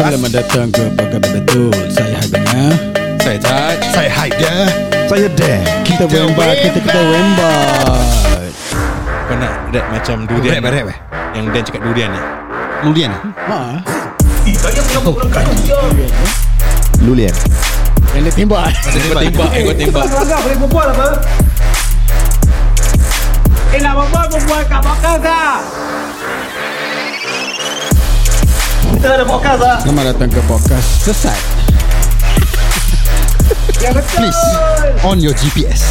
Selamat datang ke Pakar Betul Saya Haibanya Saya Taj Saya hype dia Saya Dan Kita wembat Kita kita wembat Kau nak rap macam durian kan? Rap, rap, eh? Yang Dan cakap durian ni Lulian Ha Lulian Yang dia tembak Tadi kau tembak Eh kau tembak Kelakar boleh berbual apa? Eh nak berbual berbual kat podcast lah Kita ada podcast lah Selamat datang ke podcast Sesat Yang betul Please On your GPS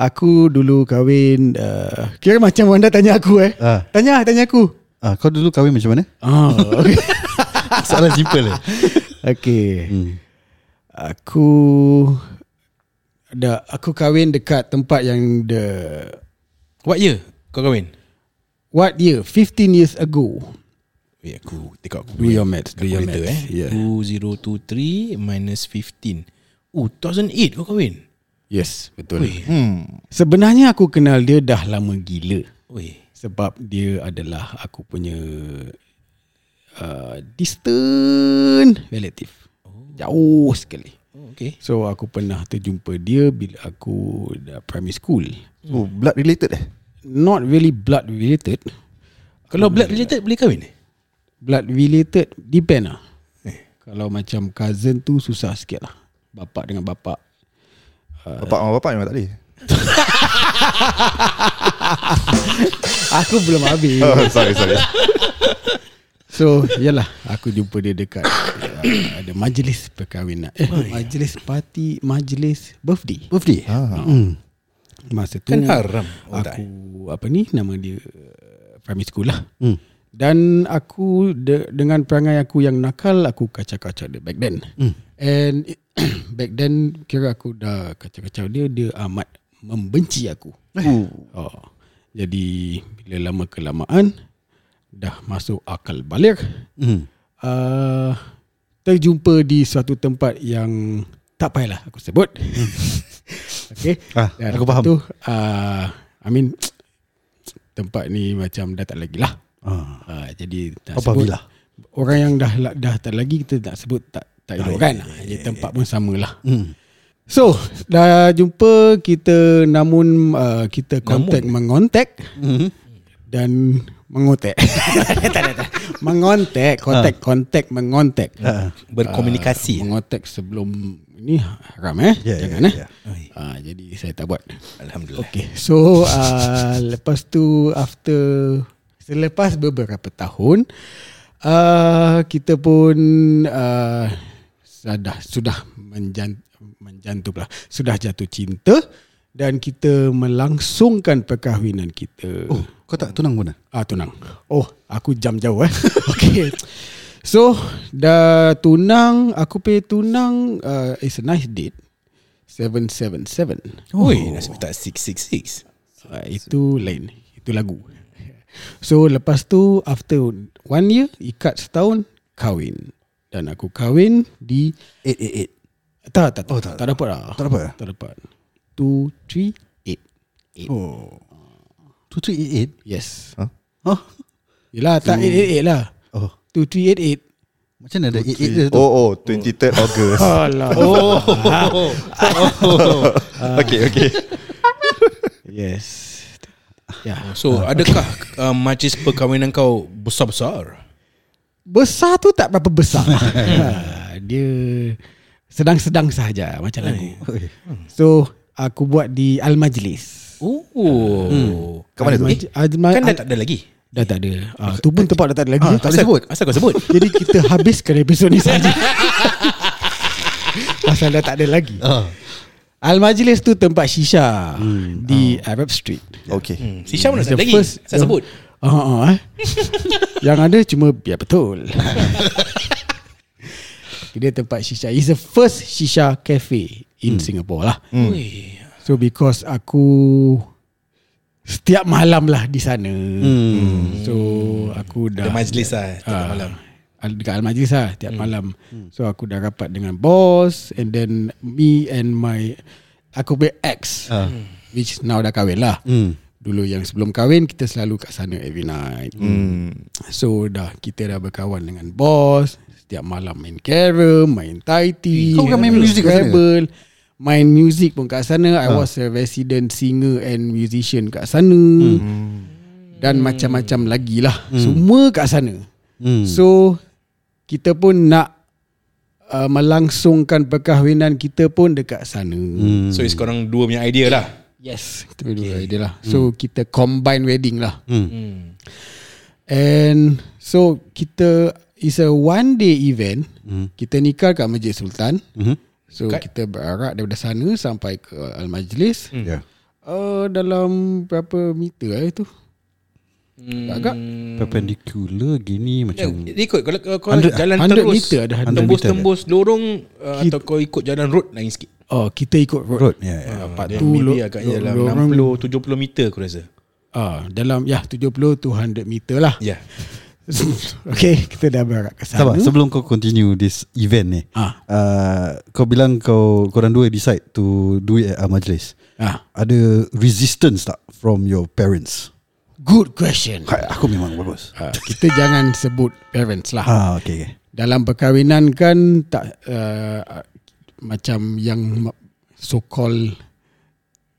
Aku dulu kahwin uh, Kira macam anda tanya aku eh Ah. Tanya tanya aku ah, Kau dulu kahwin macam mana? Oh, okay. Soalan simple eh okay. hmm. Aku dah aku kahwin dekat tempat yang the What year kau kahwin? what year 15 years ago. Wait aku Take out Do aku your maths, do your Calculator, maths. eh. Yeah. 2023 minus 15 Oh 2008 kau kahwin Yes, betul. Weh Hmm. Sebenarnya aku kenal dia dah lama gila Weh sebab dia adalah aku punya uh, distant relative. Jauh sekali. Oh, Okay So aku pernah terjumpa dia bila aku dah primary school. Oh blood related eh Not really blood related. Kalau blood related boleh kahwin eh? Blood related depend lah. Kalau macam cousin tu susah sikit lah. Bapak dengan bapak. Bapak sama bapak memang tak boleh Aku belum habis. oh, Sorry sorry So yalah aku jumpa dia dekat uh, ada majlis perkahwinan. Eh majlis parti, majlis birthday. Birthday ah. Hmm. Masa tu Kan haram orang tak, aku apa ni nama dia uh, primary school lah. Hmm. Dan aku de, dengan perangai aku yang nakal aku kacau-kacau dia back then. Hmm. And back then kira aku dah kacau-kacau dia dia amat membenci aku. Oh. Jadi bila lama kelamaan dah masuk akal balik. Hmm. Uh, terjumpa di suatu tempat yang tak payahlah aku sebut. okay. Ah, Dan aku lepas faham. Tu, uh, I mean tempat ni macam dah tak lagi lah. Ah. Uh, jadi tak Apa sebut. bila? Orang yang dah dah tak lagi kita tak sebut tak tak elok kan. Ya, tempat pun samalah. Hmm. So dah jumpa kita namun uh, kita kontak mengontak Hmm. dan mengotek. tak ada tak. Ha. Mengontak, kontak, kontak, mengontak. Berkomunikasi Mengotek sebelum ini haram eh. Ya, Jangan ya, eh. ya. Oi. Ah, jadi saya tak buat. Alhamdulillah Okay. So uh, lepas tu after selepas beberapa tahun uh, kita pun uh, sudah sudah menjant, menjantum lah. Sudah jatuh cinta dan kita melangsungkan perkahwinan kita. Oh kau tak tunang pun ah? Ah tunang. Oh, aku jam jauh eh. okay. So, dah tunang, aku pergi tunang uh, it's a nice date. 777. Oi nasib tak 666 Uh, itu lain. Itu lagu. So, lepas tu after one year, ikat setahun, kahwin. Dan aku kahwin di 888 tak tak tak, Oh, tak, tak- tak dapat lah. tak dapat eh? Tak dapat. 2 3 8. Oh 2388 Yes. Huh? Oh Yelah tak 888 lah. Oh 2388. Macam mana ada 88 dia tu? Oh oh 23rd August. Alah. Oh, oh, oh. okay okay. Yes. Ya. So adakah uh, majlis perkahwinan kau besar-besar? Besar tu tak berapa besar. Ha, Dia sedang-sedang sahaja macam lagu. So aku buat di Al Majlis. Oh. Hmm. Kat mana tu? Al-Maj- Al-Ma- Kan dah tak ada lagi. dah tak ada. Ah, tu pun tempat dah tak ada lagi. tak boleh sebut Asal kau sebut? Jadi kita habiskan episod ni saja. Pasal dah tak ada lagi. Ah. Al Majlis tu tempat shisha di Arab Street. Okay. Hmm. Si Syam mana It's the tak ada lagi? first- Asal sebut? Ah, ah, ah, eh. Yang ada cuma biar betul. Dia tempat shisha. It's the first shisha cafe in Singapore lah. Hmm. Weh. So because aku setiap malam lah di sana. So aku dah Ada majlis lah tengah Ah, malam. al- Dekat Al-Majlis lah Tiap malam So aku dah rapat dengan bos And then Me and my Aku punya ex Which now dah kahwin lah Dulu yang sebelum kahwin Kita selalu kat sana every night Hmm. So dah Kita dah berkawan dengan bos Setiap malam main carom Main tai tea Kau bukan main music kat sana Ah. ke? Scrabble Main music pun kat sana I was a resident singer and musician kat sana Hmm. Dan macam-macam lagi lah Semua kat sana Hmm. So kita pun nak uh, melangsungkan perkahwinan kita pun dekat sana. Hmm. So it's korang dua punya idea lah Yes, kita okay. idea Hmm. lah. So kita combine wedding lah. hmm. And so kita is a one day event. Mm-hmm. Hmm. Kita nikah kat Masjid Sultan. Mhm. So Kat. kita berharap daripada sana sampai ke Al Majlis. Mm. Hmm. Ya. Uh, dalam berapa meter eh tu? Mm. Agak Hmm. Perpendicular gini Ya, macam dia ikut kalau kalau kau 100 jalan 100 terus meter ada, 100 tembus-tembus lorong uh, atau kau ikut jalan road lain sikit. Oh, kita ikut road. road. Ya. ya. Dapat tu maybe lo- Ah, agaknya lo- dalam lorong- 60 70 meter aku rasa. Ah, dalam ya 70 to 100 meter lah. Ya. Yeah. okay, kita dah berharap ke sana. Sabar, sebelum kau continue this event ni. Ah. Uh, kau bilang kau korang dua decide to do it at Al Majlis. Ah. Ada resistance tak from your parents? Good question. Ha, Aku memang bagus. Ah, kita jangan sebut parents lah. Ah, okay, okay. Dalam perkahwinan kan tak uh, macam yang ma- so called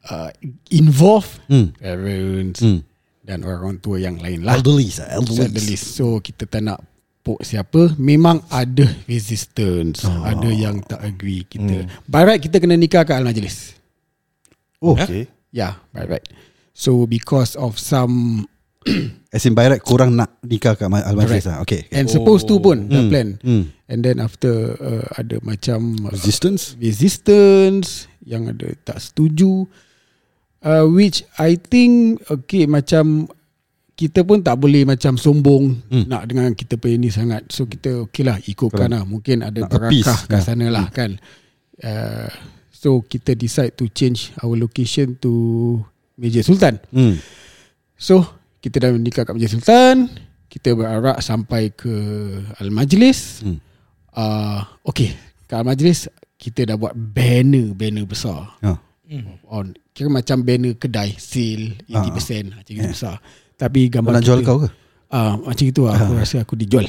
uh, involve Hmm. parents Hmm. dan orang tua yang lain lah. Elderlies, ah, Set the elderlies. list. So kita tak nak poke siapa Memang ada resistance oh. Ada yang tak agree kita hmm. By right kita kena nikah kat Al-Majlis Oh, Okay. Yeah by right So because of some as in by right korang nak nikah kat Al Majlis Correct. lah. Okay. Eh. okay. And oh. supposed to pun Dah plan hmm. And then after uh, Ada macam uh, Resistance? Resistance Yang ada tak setuju uh, Which I think Okay macam Kita pun tak boleh macam sombong hmm. Nak dengan kita punya ni sangat So kita okay lah Ikutkan lah Mungkin ada Nak appease. berakah kat Ya. sana lah kan uh, So kita decide to change Our location to Meja Sultan Hmm. So kita dah nikah kat Majlis Sultan Kita berarak sampai ke Al-Majlis Hmm. hmm. uh, Okay Kat Al-Majlis Kita dah buat banner-banner besar Ah. on Kira macam banner kedai Sale 80% uh, Macam gitu besar Tapi Kau gambar Ah. Eh. nak jual kita, kau Ah. ke? Uh, macam itu lah Aku rasa aku dijual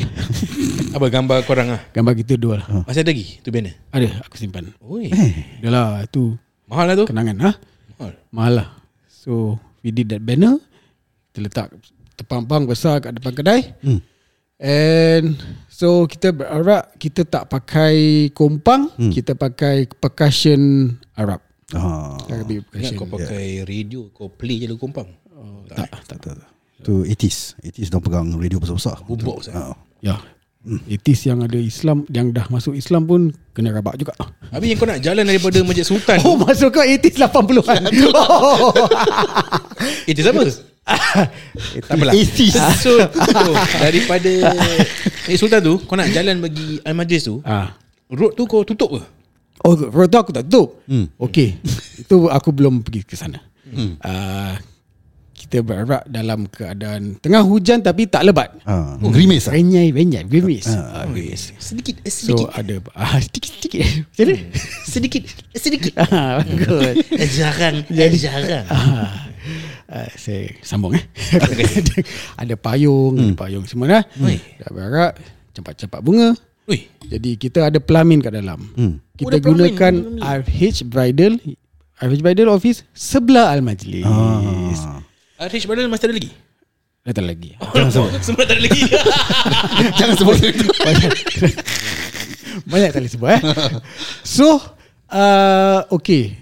Apa gambar korang ah? Gambar kita dua lah Masih ada lagi tu banner. Eh, Ada aku simpan Oi. Eh. Dah lah tu Mahal lah tu. Kenangan ha? Mahal. Mahal lah So we did that banner Kita letak terpampang besar kat depan kedai Hmm. And so kita berharap kita tak pakai kompang hmm. Kita pakai percussion Arab Ah. Arabic Ingat percussion kau pakai radio kau play je lagu kompang. Oh, tak. eh? Tak, tak, tak. Tu 80s. 80s dah pegang radio besar-besar. Boombox, eh? Ah. Ya hmm. Itis yang ada Islam Yang dah masuk Islam pun Kena rabak juga Habis yang kau nak jalan daripada Masjid Sultan Oh oh. masuk kau itis 80-an oh. eh, Itu apa? eh, tak apalah Eighties. So oh, Daripada Masjid Sultan tu Kau nak jalan pergi Al-Majlis tu ah. Road tu kau tutup ke? Oh, rotor aku tak tutup. Hmm. Okey. Itu aku belum pergi ke sana. Hmm. Uh, kita berharap dalam keadaan tengah hujan tapi tak lebat. Ah. Gerimis ah. Renyai, renyai, gerimis. Ah, gerimis. Sedikit eh, So Sedikit ada ah, sedikit-sedikit. Macam mana? Sedikit eh, Sedikit Ah, Bagus. Eh, Jarang eh, Jarang Ah, ah, saya sambung eh. ada, ada payung, hmm. ada payung semua dah. Hmm. Dah berharap campak-campak bunga. Ui Jadi kita ada pelamin kat dalam. Hmm. Kita Oh, ada oh, pelamin, gunakan pelamin. RH Bridal RH Bridal Office sebelah Al Majlis. Ah. Ah. Arish Badal masih ada lagi? Dah tak lagi. Semua tak ada lagi Jangan sebut itu. Banyak kali sebut eh. so, uh, okay.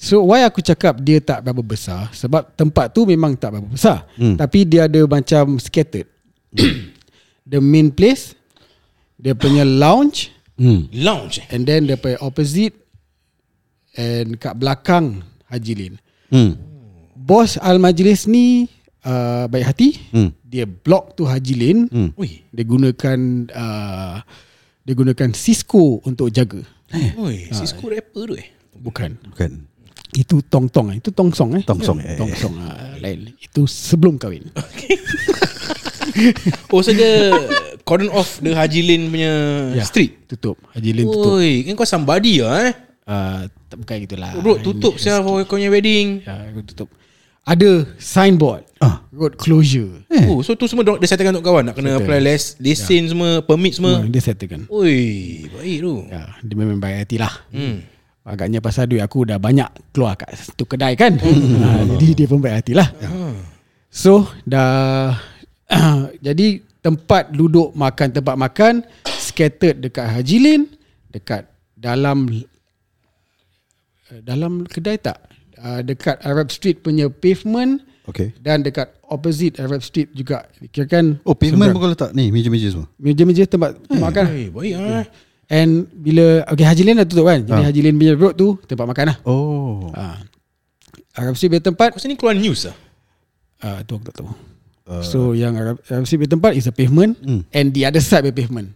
So why aku cakap dia tak berapa besar sebab tempat tu memang tak berapa besar hmm. tapi dia ada macam scattered. the main place dia punya lounge Hmm. Lounge eh. and then dia punya opposite and kat belakang Haji Lin. Hmm. Bos Al-Majlis ni uh, baik hati. Hmm. Dia block tu Haji Lin. Hmm. Ui Dia gunakan uh, dia gunakan Cisco untuk jaga. Ui Cisco rapper tu eh Bukan. Bukan. Itu tong tong eh. Itu tong song eh. Tong Song, eh. Tong song ah, lain. Itu sebelum kahwin. Oh so dia Cordon off The Haji Lane punya Ya, Street tutup. Haji Lin tutup. Oi, kan kau somebody lah eh Uh, tak bukan gitulah. Road tutup siapa kau punya wedding Ya, aku tutup. Ada signboard Ah. Road closure Oh, so tu semua dorang- dia settlekan untuk kawan nak kena apply les, lesen semua, permit Semua semua. dia settlekan Oi, baik tu. ya, Dia memang baik hati lah Hmm. Agaknya pasal duit aku dah banyak keluar kat tu kedai kan ha, Jadi dia pun baik hati lah So dah Jadi tempat duduk makan Tempat makan Scattered dekat Haji Lane Dekat dalam Dalam kedai tak uh, Dekat Arab Street punya pavement Okay Dan dekat opposite Arab Street juga Kira kan Oh pavement pun kau letak Ni meja-meja semua Meja-meja tempat makan Eh, baik ah. And bila Okay Haji Lane dah tutup kan Jadi Haji Lane punya road tu Tempat makan lah Oh Ah. Arab Street punya tempat Kau sini keluar news ah. ah tu aku tak tahu. Uh, so yang Arab, Arab Street punya tempat is a pavement mm. and the other side punya pavement.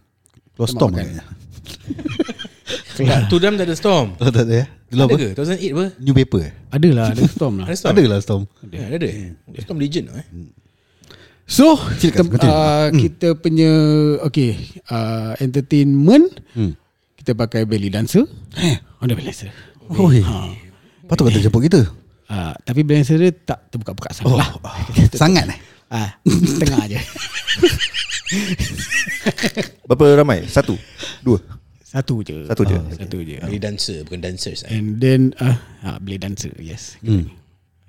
Lost storm makan. agaknya Tak, tu dalam tak ada storm. Oh tak ada ya Dulu Ada apa ke? 2008 apa? New paper eh Adalah ada storm lah. Ada storm? Ada lah storm Ada, ada. ada. eh? Storm legend lah eh. So Silakan, tem- continue. ah, kita punya okay uh, entertainment kita pakai belly dancer. Hmm. Eh, ada belly dancer. Oh hey. Ha. Patut kata jemput kita Ah, tapi belly dancer dia tak terbuka-buka sangat oh. lah. Sangat eh Ah, tengah aje. Berapa ramai? Satu? Dua? Satu je. Satu je. Ah, Satu je. Dia dancer bukan dancers eh. And then ah, ah belly dancer. Yes. Mm.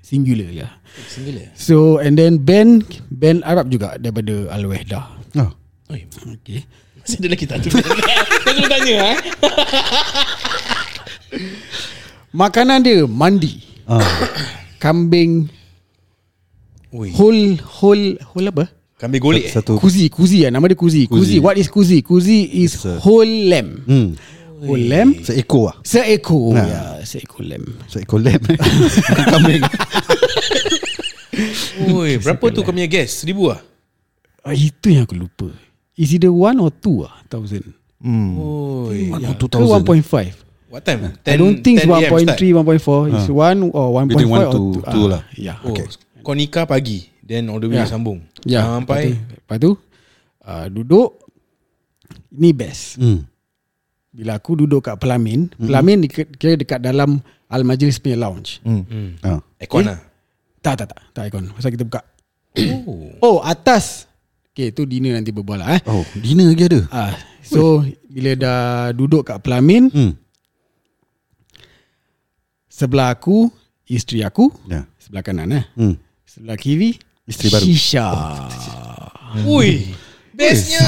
Singular ya. Yeah. Singular. So and then band band Arab juga daripada Al Wehda. oh. Oi, Okay. masih ada lagi tak tu. Kau kena tanya eh. Makanan dia mandi, ah. kambing, Oi, whole whole whole apa? kambing golek eh. Satu Kuzi, kuzi ya, nama dia kuzi. Kuzi. Kuzi. What is kuzi? Kuzi is whole lamb. hmm. Whole lamb Seekor lah seekor. Ya, seekor lamb. Seekor lem eh. Bukan Kambing Oi, berapa tu kau punya guess? Seribu ah? Ah, itu yang aku lupa. Is either one or two ah, thousand. Hmm. Ya. Oi. Ke 1.5? What time? I don't think it's 1.3, 1.4. It's one or 1.5 Ah. Between one or to two. two Ah, lah. Yeah. Oh, okay. Kau nikah pagi Then all the way Ya. yeah. sambung Ya, Sampai Lepas tu, lepas tu uh, duduk Ni best hmm. Bila aku duduk kat pelamin mm. Pelamin dekat, kira dekat dalam Al-Majlis punya lounge mm. ah. Aircon lah Tak tak tak Tak ikon Pasal kita buka Oh Oh atas Okay tu dinner nanti berbual lah eh Oh Dinner lagi ada Ah, So bila dah duduk kat pelamin hmm. Sebelah aku Isteri aku Ya. Sebelah kanan eh Hmm. Sebelah kiri Isteri baru. Shisha Ui Bestnya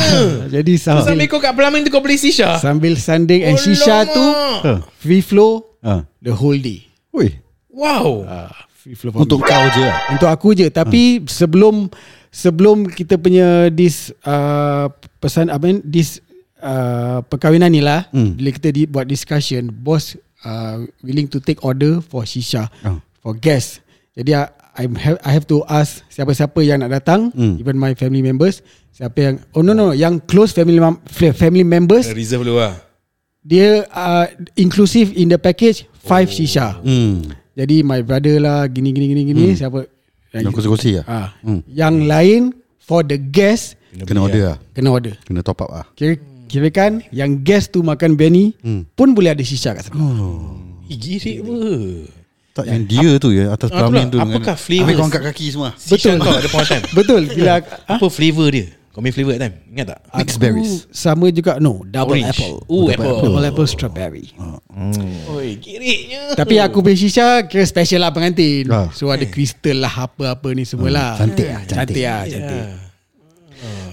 Jadi Sambil sambil kau kat pelamin tu kau beli sisha Sambil sanding And shisha tu ah. Free flow Ah. The whole day Oi. Wow Ah, free flow for me. Untuk kau je lah untuk aku je tapi sebelum sebelum kita punya this uh, pesan apa ni this uh, perkahwinan ni lah hmm. bila kita di, buat discussion bos uh, willing to take order for shisha Oh. for guests jadi I, I have I have to ask siapa-siapa yang nak datang hmm. even my family members siapa yang oh no no yang close family mem- family members Reserve dulu lah dia uh, inclusive in the package five oh. shisha hmm. jadi my brother lah Gini gini gini gini Siapa Yang kursi-kursi lah ah, hmm. Yang lain For the guest Kena order ya. lah Kena order Kena top up lah Kira, kira kan Yang guest tu makan Benny hmm. Pun boleh ada shisha kat sana oh. Eh girik apa Tak yang dia tu ya Atas Ah, pula. pelamin tu dengan- Apakah flavours? Ambil kau angkat kaki semua Sisha kau ada point of time Betul Bila ha? Apa flavour dia Kau main flavour that time Ingat tak Mixed berries Sama juga No Double Orange. apple Ooh, double apple. Double apple strawberry Oi giriknya Tapi aku punya shisha Kira special lah pengantin Ah. So ada kristal lah Apa-apa ni semua lah cantik lah, Cantik lah cantik.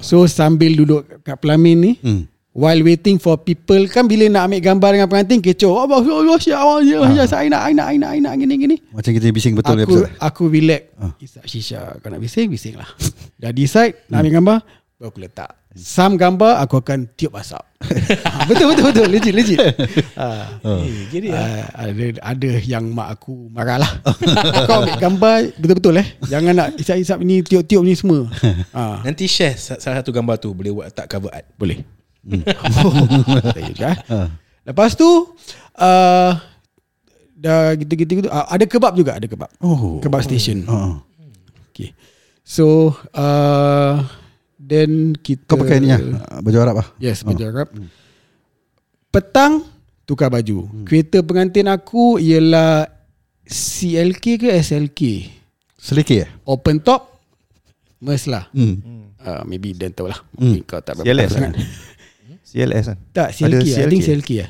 So sambil duduk kat pelamin ni Hmm. While waiting for people Kan bila nak ambil gambar dengan pengantin Kecoh Oh, oh, oh, oh, Ah. ya, oh, ya, ya, saya nak, saya nak, saya nak, saya nak, gini, gini Macam kita bising betul Ah. Aku episode aku relax Isap shisha Kau nak bising, bising lah Dah decide Nak Hmm. ambil gambar Baru aku letak Some gambar Aku akan tiup asap Ah, Betul, betul, betul Legit, legit Ah. Eh girik lah Ah, ada ada yang mak aku marah lah Kau ambil gambar Betul-betul eh Jangan nak isap-isap ni Tiup-tiup ni semua Ah, Nanti share sa- salah satu gambar tu Boleh buat tak cover art Boleh Saya juga eh. Lepas tu uh, Dah gitu-gitu gitu, ah, Ada kebab juga Ada kebab Oh. Kebab station Ah. Okay So uh, Then kita Kau pakai ni lah Baju Arab lah Yes baju Arab Petang Tukar baju Kereta pengantin aku Ialah CLK ke SLK Selekeh eh? Open top Meslah Hmm. uh, Maybe dental lah Mungkin kau tak berapa tahu CLS kan? sangat CLS kan Tak Ada CLK lah. I think CLK lah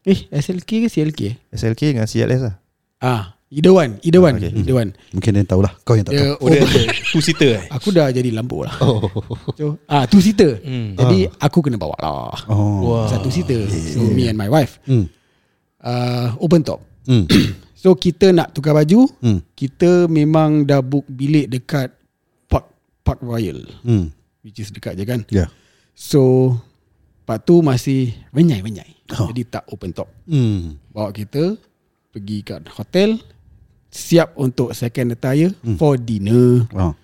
Eh SLK ke CLK eh? SLK dengan CLS lah Ah, Either one Either one okay. Either one Mungkin dia tahulah Kau yang tak tahu Dia Oh, dia over- ada two seater eh? Aku dah jadi lampu lah oh. so, ah, Two seater Hmm. Jadi aku kena bawa lah Ah. Oh Wah. Satu seater So me and my wife Hmm. uh, Open top Hmm. So kita nak tukar baju Hmm. Kita memang dah book bilik dekat Park Park Royal Hmm. Which is dekat je kan Ya. So Lepas tu masih Menyai-menyai Oh. Jadi tak open top Hmm. Bawa kita Pergi kat hotel Siap untuk second attire For dinner Oh.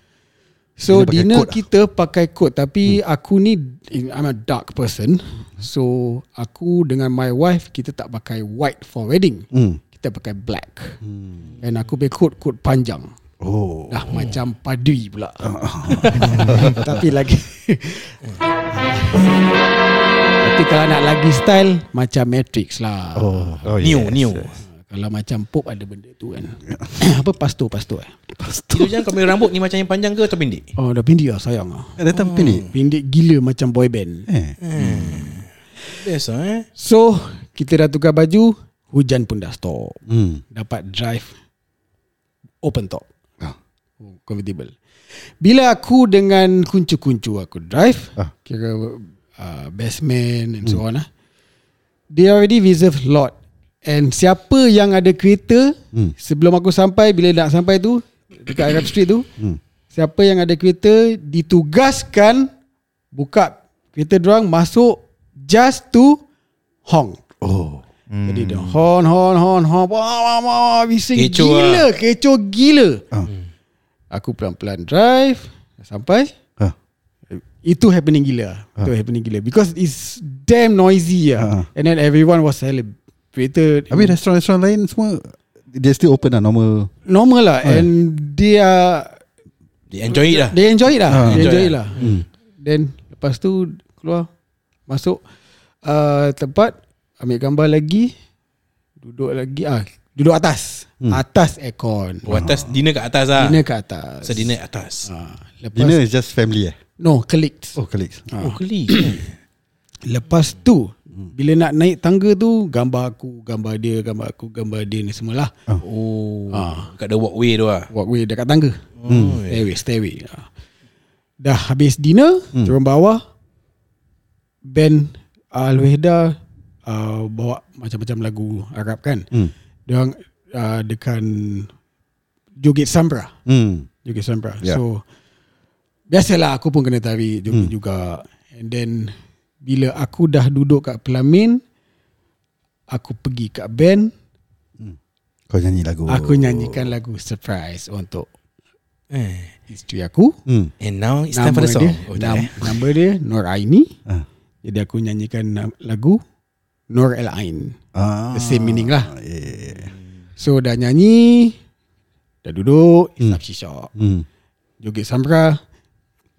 So Dia dinner Hmm. pakai coat Hmm. ah? kita pakai coat Tapi aku ni I'm a dark person So Aku dengan my wife Kita tak pakai white for wedding Hmm. Kita pakai black And aku pakai coat Coat panjang Oh. Dah Ah, macam padui pula Tapi lagi Tapi kalau nak lagi style Macam Matrix lah oh. oh, New, new. Kalau macam pop ada benda tu kan Apa pasto pasto eh Itu jangan kau punya rambut ni macam yang panjang ke atau pendek? Oh dah pendek lah sayang lah Ada time pendek. Pendek gila macam boy band Eh. Best lah eh. So Kita dah tukar baju Hujan pun dah stop Hmm. Dapat drive Open top Ah. Oh, Convertible Bila aku dengan kuncu-kuncu aku drive Ah. Hmm. Kira uh, basement and so on lah They already reserve lot And siapa yang ada kereta Hmm. Sebelum aku sampai Bila nak sampai tu Dekat Arab Street tu Hmm. Siapa yang ada kereta Ditugaskan Buka kereta dorang Masuk Just to Honk Oh. Hmm. Jadi dia hon hon hon hon wah wah wah wah bising Kecoh kecoh gila, kecoh gila. Hmm. Ah. Aku pelan-pelan drive sampai Ah. itu happening gila. Itu happening gila because it's damn noisy Ah, ah. ah. And then everyone was celebrated. Habis restoran-restoran lain semua dia still open lah normal. normal lah and they are Dia enjoy it lah. They enjoy it lah Ah. They enjoy Enjoy it lah hmm. Then Lepas tu Keluar Masuk uh, Tempat Ambil gambar lagi Duduk lagi ah Duduk atas hmm. Atas aircon Oh, atas dinner kat atas lah. Dinner kat atas So dinner atas. Ah, Lepas Dinner is just family eh. No colleagues oh. Oh, colleagues. Oh, keli. kan? Lepas tu Bila nak naik tangga tu Gambar aku Gambar dia Gambar aku Gambar dia ni semualah oh. Kat the walkway tu lah. Walkway dekat tangga hmm. Stairway Stairway Ah. Dah habis dinner hmm. Turun bawah Band Al-Wahda uh, Bawa macam-macam lagu Arab kan hmm. Diorang uh, Dekan Joget Sambra Hmm. Joget Sambra yeah. Yeah. So Biasalah aku pun kena tarik Joget hmm. juga And then Bila aku dah duduk kat pelamin Aku pergi kat band Kau nyanyi lagu. Aku nyanyikan lagu Surprise Untuk Eh. isteri aku Hmm. And now it's Nama time for the song. dia Oh, nam, tak eh? Nama dia Nur Aini Ah. Jadi aku nyanyikan na- lagu Nur El Ain Ah. The same meaning lah Yeah. So dah nyanyi Dah duduk Isap shisha Hmm. Joget Samra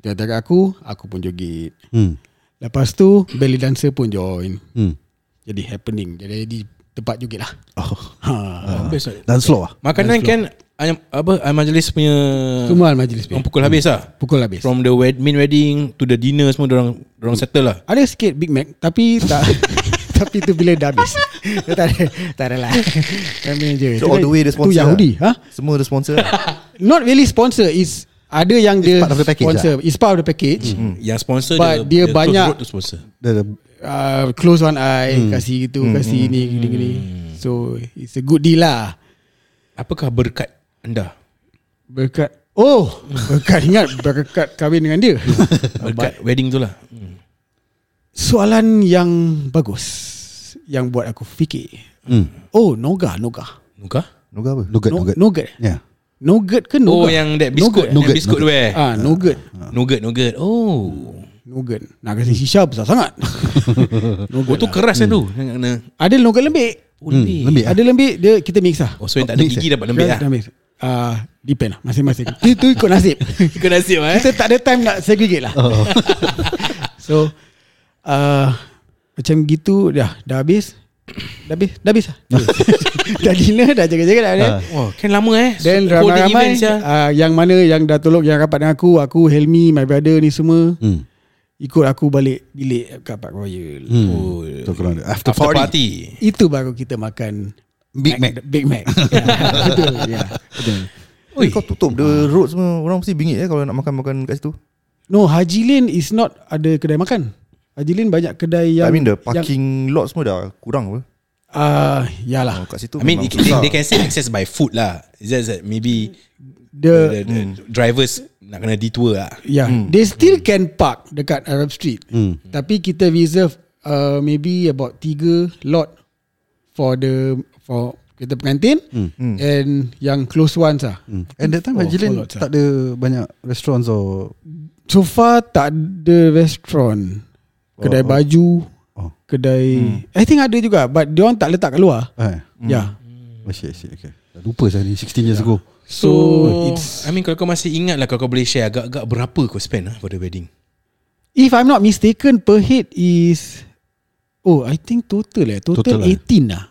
Dia tarik aku Aku pun joget Hmm. Lepas tu Belly dancer pun join Hmm. Jadi happening Jadi di tempat joget lah Oh. ha. Best lah. Dan slow ah. Makanan kan ayam- apa ayam majlis punya Semua majlis orang pukul habis lah. Pukul habis From the wed- main wedding to the dinner semua orang orang settle lah. Ada sikit Big Mac Tapi tak Tapi tu bila dah habis Dia Tak ada Tak ada lah Kami je So all the way dia Tu sponsor Yahudi lah. ha? Semua dia sponsor lah. Not really sponsor Is Ada yang dia part of the package Sponsor lah. It's part of the package mm. Yang sponsor But dia close banyak- road to sponsor. Dia ada uh, Close one eye mm. Kasih itu mm. Kasih ini gini, gini. So It's a good deal lah Apakah berkat anda? Berkat Oh Berkat ingat Berkat kahwin dengan dia Berkat wedding tu lah. Soalan yang Bagus Yang buat aku fikir Hmm. mm. Oh Noga Noga Nuka? Nuga apa? nugget No- nugget. Nougat. Ya. Nougat ke Noga Oh yang that biskut, yang Nougat, biskut tu eh. Ah, nougat. Nugget, nugget. Oh. Nougat. Nak kasi shisha besar sangat. Oh lah. tu keras kan tu. Hmm. Yang kena. ada nougat lembik. Oh, lebih. Hmm, lembik. eh? Ada lembik dia kita mix lah. Oh so yang tak ada Mix, eh? gigi dapat lembik lah. Kita mix. Ah, depend lah masing-masing. Itu ikut nasib. Ikut nasib lah eh. Kita tak ada time nak segregate lah. so ah, macam gitu dah dah habis. Dah habis Dah habis lah Dah dinner Dah jaga-jaga dah Ah. Wah, kan lama eh. Then Whole day ramai-ramai ya? event, sia. uh, Yang mana Yang dah tolong Yang rapat dengan aku Aku, Helmi My brother ni semua Hmm. Ikut aku balik Bilik kat Park Royal Hmm. oh. So, korang ada after, After party. party. Itu baru kita makan Big Mac. Big Mac Ya, Betul ya, Betul Oi. Kau tutup the road semua Orang mesti bingit eh Kalau nak makan-makan kat situ No Haji Lane is not Ada kedai makan Haji Lane banyak kedai yang I mean the yang, parking lot semua dah kurang apa uh, oh, Yalah Kat situ I mean, memang it, they, susah. they can still access by food lah. It's just that maybe The, the, the hmm. drivers nak kena detour lah. Yeah, mm. they still can park dekat Arab Street. Mm. Tapi kita reserve uh, maybe about tiga lot for the for kita pengantin mm. and yang close ones ah. Mm. And that time Oh, Haji follow Lane up, tak ada banyak restaurants or So far tak ada restoran, kedai oh, baju, oh. Oh. kedai I think ada juga but dia orang tak letak kat luar. eh. Mm. Yeah. Oh shit, shit, okay. Dah lupa saya ni 16 years ago. So, So, it's, Oh, I mean kalau kau masih ingat lah kalau kau boleh share agak-agak berapa kau spend lah for the wedding. If I'm not mistaken per head is Oh, I think total eh. Total, total Total lah. 18 lah.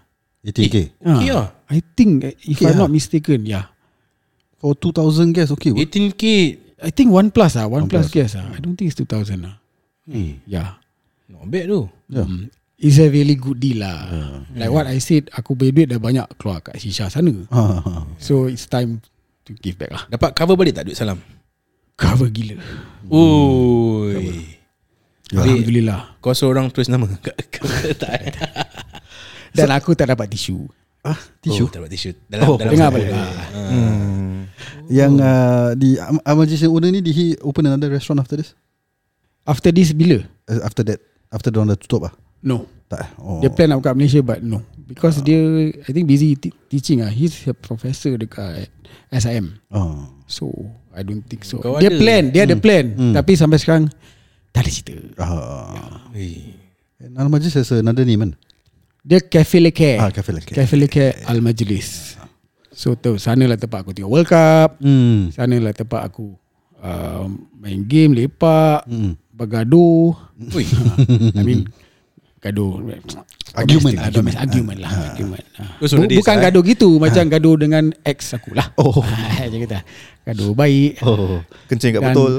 18k. Okay lah. I think eh, if Okay I'm lah. not mistaken, yeah. For 2000 guys okay. It, 18k. I think one plus ah, one plus gas ah. I don't think it's 2000 ah. hmm. Yeah. Not bad tu. Yeah. Mm. It's a really good deal lah. Yeah. Like what I said, aku punya duit dah banyak keluar kat Shisha sana. Ha, ha, ha. So it's time to give back lah. Dapat cover balik tak duit salam? Cover gila. Oh. Ya. Alhamdulillah. Kau seorang tulis nama kat- kat- tak eh? Dan aku tak dapat tisu. Tisu. Oh, tak dapat tisu. Dalam, Oh, dalam Ah, dengar balik. Ah. Hmm. Yang uh, di Am- Amal Jason owner ni did he open another restaurant after this? After this bila? Uh, After that after dia orang dah tutup ah. No. Ah. Tak. eh? Oh. Dia plan nak buka Malaysia but no. Because dia I think busy te- teaching ah. He's a professor dekat SIM. Oh. So I don't think so. Kau dia ada. plan, dia ada plan. Tapi sampai sekarang tak ada cerita. Ah. Eh, And Amal Jason has another name kan? Dia Cafe Le Care. Ah, Cafe Le Care. Cafe Le Ah, Care Al Majlis. So tu sanalah tempat aku tengok World Cup. Hmm. Sanalah tempat aku uh, main game, lepak, Hmm. bergaduh. Ah, Ui. I mean gaduh. Domestic Argument, lah, domestic argument lah, argument. Ah. Those were the Bu- days, Bukan eh? gaduh gitu, macam gaduh dengan ex aku lah. Oh, dia kata gaduh baik. Oh. Kencing kat Dan- betul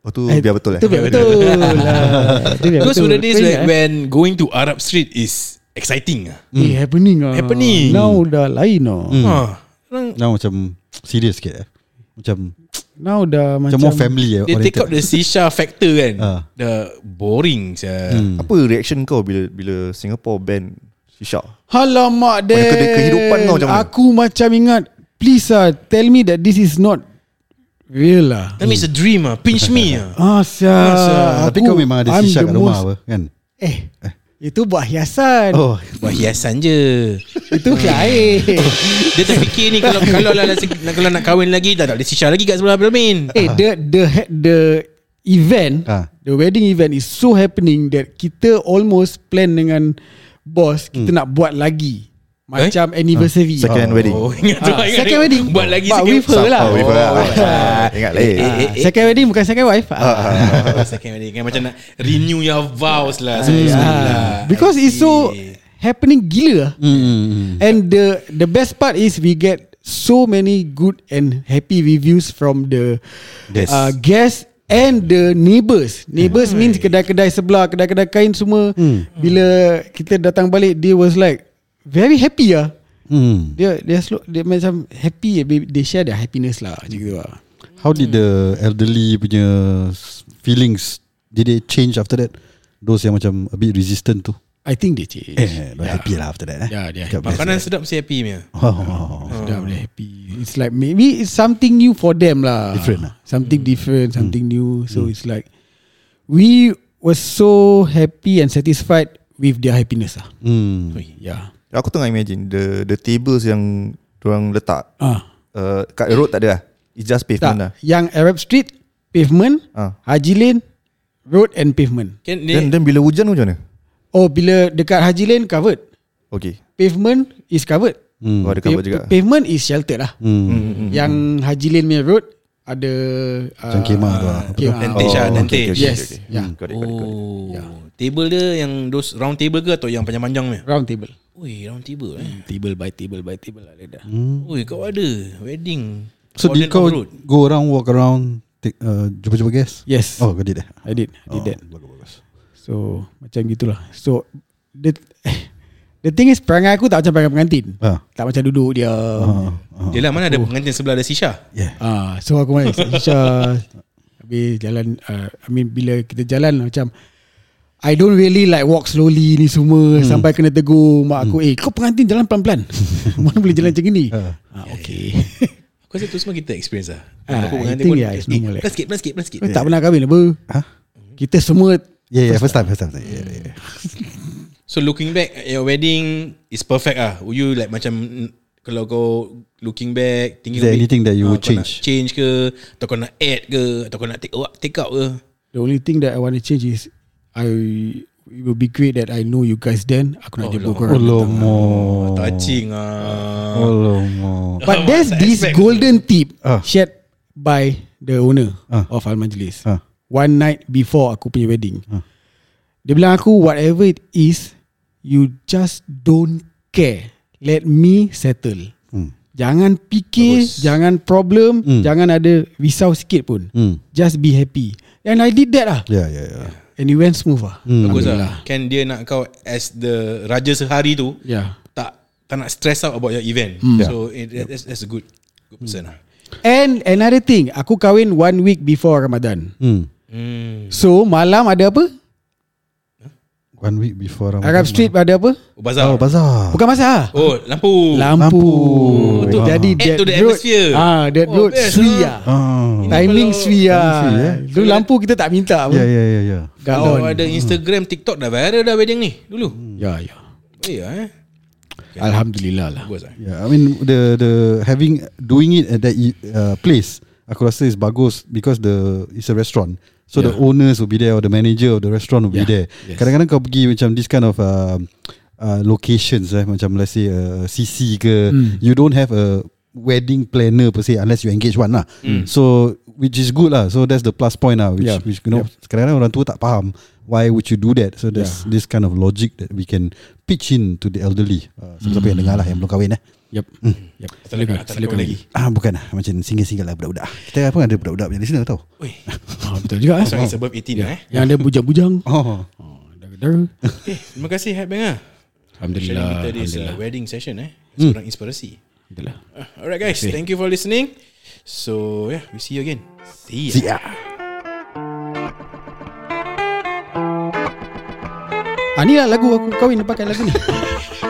Oh tu biar betul eh Itu biar betul. lah. Itu biar Those were the days Kena, like eh. when going to Arab Street is exciting ah. Eh happening lah Happening. Now dah lain lah Hmm. Ha. Orang Now macam serious sikit eh. Macam Now dah macam macam more family eh, They take oriented. out the sisha factor kan. Ah. The boring sia. Hmm. Apa reaction kau bila bila Singapore ban shisha? Alamak Dan Punya kedai kehidupan kau macam mana? Aku macam ingat Please lah Tell me that this is not Real lah Tell me it's a dream ah. Pinch me ah. Ah, Ah, sia. sia. Tapi kau memang ada I'm shisha the kat rumah most- apa kan? Eh, itu buat hiasan. Oh. Oh. Buat hiasan je. Itu lain. Dia terfikir ni kalau kalau lah nak kalau nak kahwin lagi dah tak ada sisha lagi kat sebelah Bermin. eh, the the the event, Ha. Ah. the wedding event is so happening that kita almost plan dengan bos kita nak buat lagi. Eh? Macam anniversary. Hmm. Second wedding. Oh, ingat tu. Ah, ingat second tu. wedding. Buat lagi But second with her lah. Oh, with her lah. Oh. Ah, Ingat lain. Eh, eh, eh. Second wedding bukan second wife. Ah. Ah, second wedding kan macam nak renew your vows lah. So, Ah, Because it's so happening gila. Mm. Hmm. And the the best part is we get so many good and happy reviews from the Guests. uh, guests and the neighbors. Neighbors means kedai-kedai sebelah, kedai-kedai kain semua. Bila kita datang balik, they was like very happy ah. Hmm. Dia dia slow, dia macam happy. They share their happiness lah, macam gitu lah. How did the elderly punya s- feelings did they change after that? Those yang macam a bit resistant tu. I think they change. Eh, yeah. happy lah after that eh. Yeah, they are Kat Ya, happy. best. Makanan sedap mesti happy punya. Oh, oh, oh. Sudah boleh happy It's like Maybe it's something new for them lah Different lah. Hmm. Something different Something new So it's like We were so happy and satisfied With their happiness lah Hmm. Yeah Aku tengah imagine the the tables yang orang letak ah. uh, kat road tak ada lah. It's just Tak, pavement lah. Yang Arab Street Pavement Ah. Haji Lane Road and pavement Kan Then, dia then bila hujan macam mana? Oh bila dekat Haji Lane covered Okay. Pavement is covered Hmm. Oh, ada cover Pa- juga. Pavement is sheltered lah hmm. Yang Haji Lane punya road Ada Oh, Macam uh, kemah tu lah. Apa tu? kemah. Tentage lah, okay, tentage. okay, Yes okay, Hmm, okay. yeah. Got it, got it, got it. Oh, Table dia yang those round table ke atau yang panjang-panjang punya? Round table Ui, round table eh. Table by table by table lah dia dah Ui, kau ada wedding. So Cordon did kau Road. go around walk around take, uh, jumpa-jumpa guest? Yes Oh, kau did eh. I did I did Oh, that Bagus bagus. So macam gitulah So the, the thing is perangai aku tak macam perangai pengantin Ah. Tak macam duduk dia Uh, uh, Yelah, mana ada pengantin sebelah ada Sisha? yeah. Ah, so aku main Shisha Habis jalan uh, I mean bila kita jalan macam I don't really like walk slowly ni semua hmm. Sampai kena tegur mak Hmm. aku Eh kau pengantin jalan pelan-pelan Mana boleh jalan macam ni uh, ah, Okay Aku rasa tu semua kita experience lah. Ah, Aku I pengantin think pun, yeah, it's normal lah. eh, pelan sikit, pelan sikit, pelan sikit. Kau tak pernah kahwin apa Huh? Kita semua Yeah, yeah, first time, first time. Yeah, yeah, yeah. So looking back at your wedding is perfect ah. Would you like macam mm, kalau kau looking back thinking Is there of it, anything that you ah, would kau nak change? Change ke atau kau nak add ke atau kau nak take out, take out ke? The only thing that I want to change is I It will be great that I know you guys then Aku nak Oh, jumpa Lord. korang Olomo. Oh. Touching Oh, ah. Olomo. But there's Tak this expect. golden tip Ah. shared by the owner Ah. of Al Majlis. Ah. One night before aku punya wedding. Dia bilang aku whatever it is you just don't care. Let me settle. Hmm. Jangan fikir, Bagus. jangan problem, Hmm. jangan ada risau sikit pun. Hmm. Just be happy. And I did that lah. Yeah, yeah, yeah. And it went smooth lah. Hmm. Bagus Alhamdulillah. lah. Kan dia nak kau as the raja sehari tu Yeah. tak tak nak stress out about your event. Hmm. So it, that's, that's a good good person lah. And another thing, aku kahwin one week before Ramadan. Hmm. Hmm. So malam ada apa? One week before Ramadan. Arab Street ada apa? Oh, bazar. Oh, Oh, bazaar. Bukan masa. ah. lampu. Lampu. Lampu. Tu Ah. jadi Add to the road, atmosphere. Ah, that Oh, road best, sui ah. ah. Oh. Timing sui Timing sui, eh. Ya, ah. Tu lampu kita tak minta Yeah, pun. yeah, yeah, yeah. Got Kalau on. Oh, ada Instagram, TikTok dah viral dah wedding ni Hmm. dulu. Ya, ya. Ya eh. Alhamdulillah lah. Bagus lah. Yeah, I mean the the having doing it at that uh, place, aku rasa is bagus because the it's a restaurant. So yeah. the owners will be there or the manager of the restaurant will yeah. be there. Yes. Kadang-kadang kau pergi macam this kind of uh, uh, locations eh macam let's say uh, CC ke mm. you don't have a wedding planner per se unless you engage one lah. Mm. So which is good lah. So that's the plus point lah which yeah. Yeah. which you know yeah. kadang-kadang orang tua tak faham why would you do that. So there's yeah. this kind of logic that we can pitch in to the elderly. Uh, siapa-siapa yang dengar lah yang belum kahwin eh. Yep. Yep. Silakan, Atas silakan kau lagi. Ah bukan lah Macam single-single lah budak-budak Kita pun ada budak-budak punya listener tau Oi, Ah, betul juga ah. sorry, it's above 18 lah eh. Yang ada bujang-bujang. Oh Oh, dar-dar. Okay, terima kasih Hat Bang ah. Sharing Alhamdulillah. kita this uh, Alhamdulillah. Hmm. wedding session eh. Seorang inspirasi. Alhamdulillah. Ah, Alright guys, thank you for listening. So yeah, we see you again. See ya. See ya eh. Ah, ni lah lagu aku kahwin pakai lagu ni.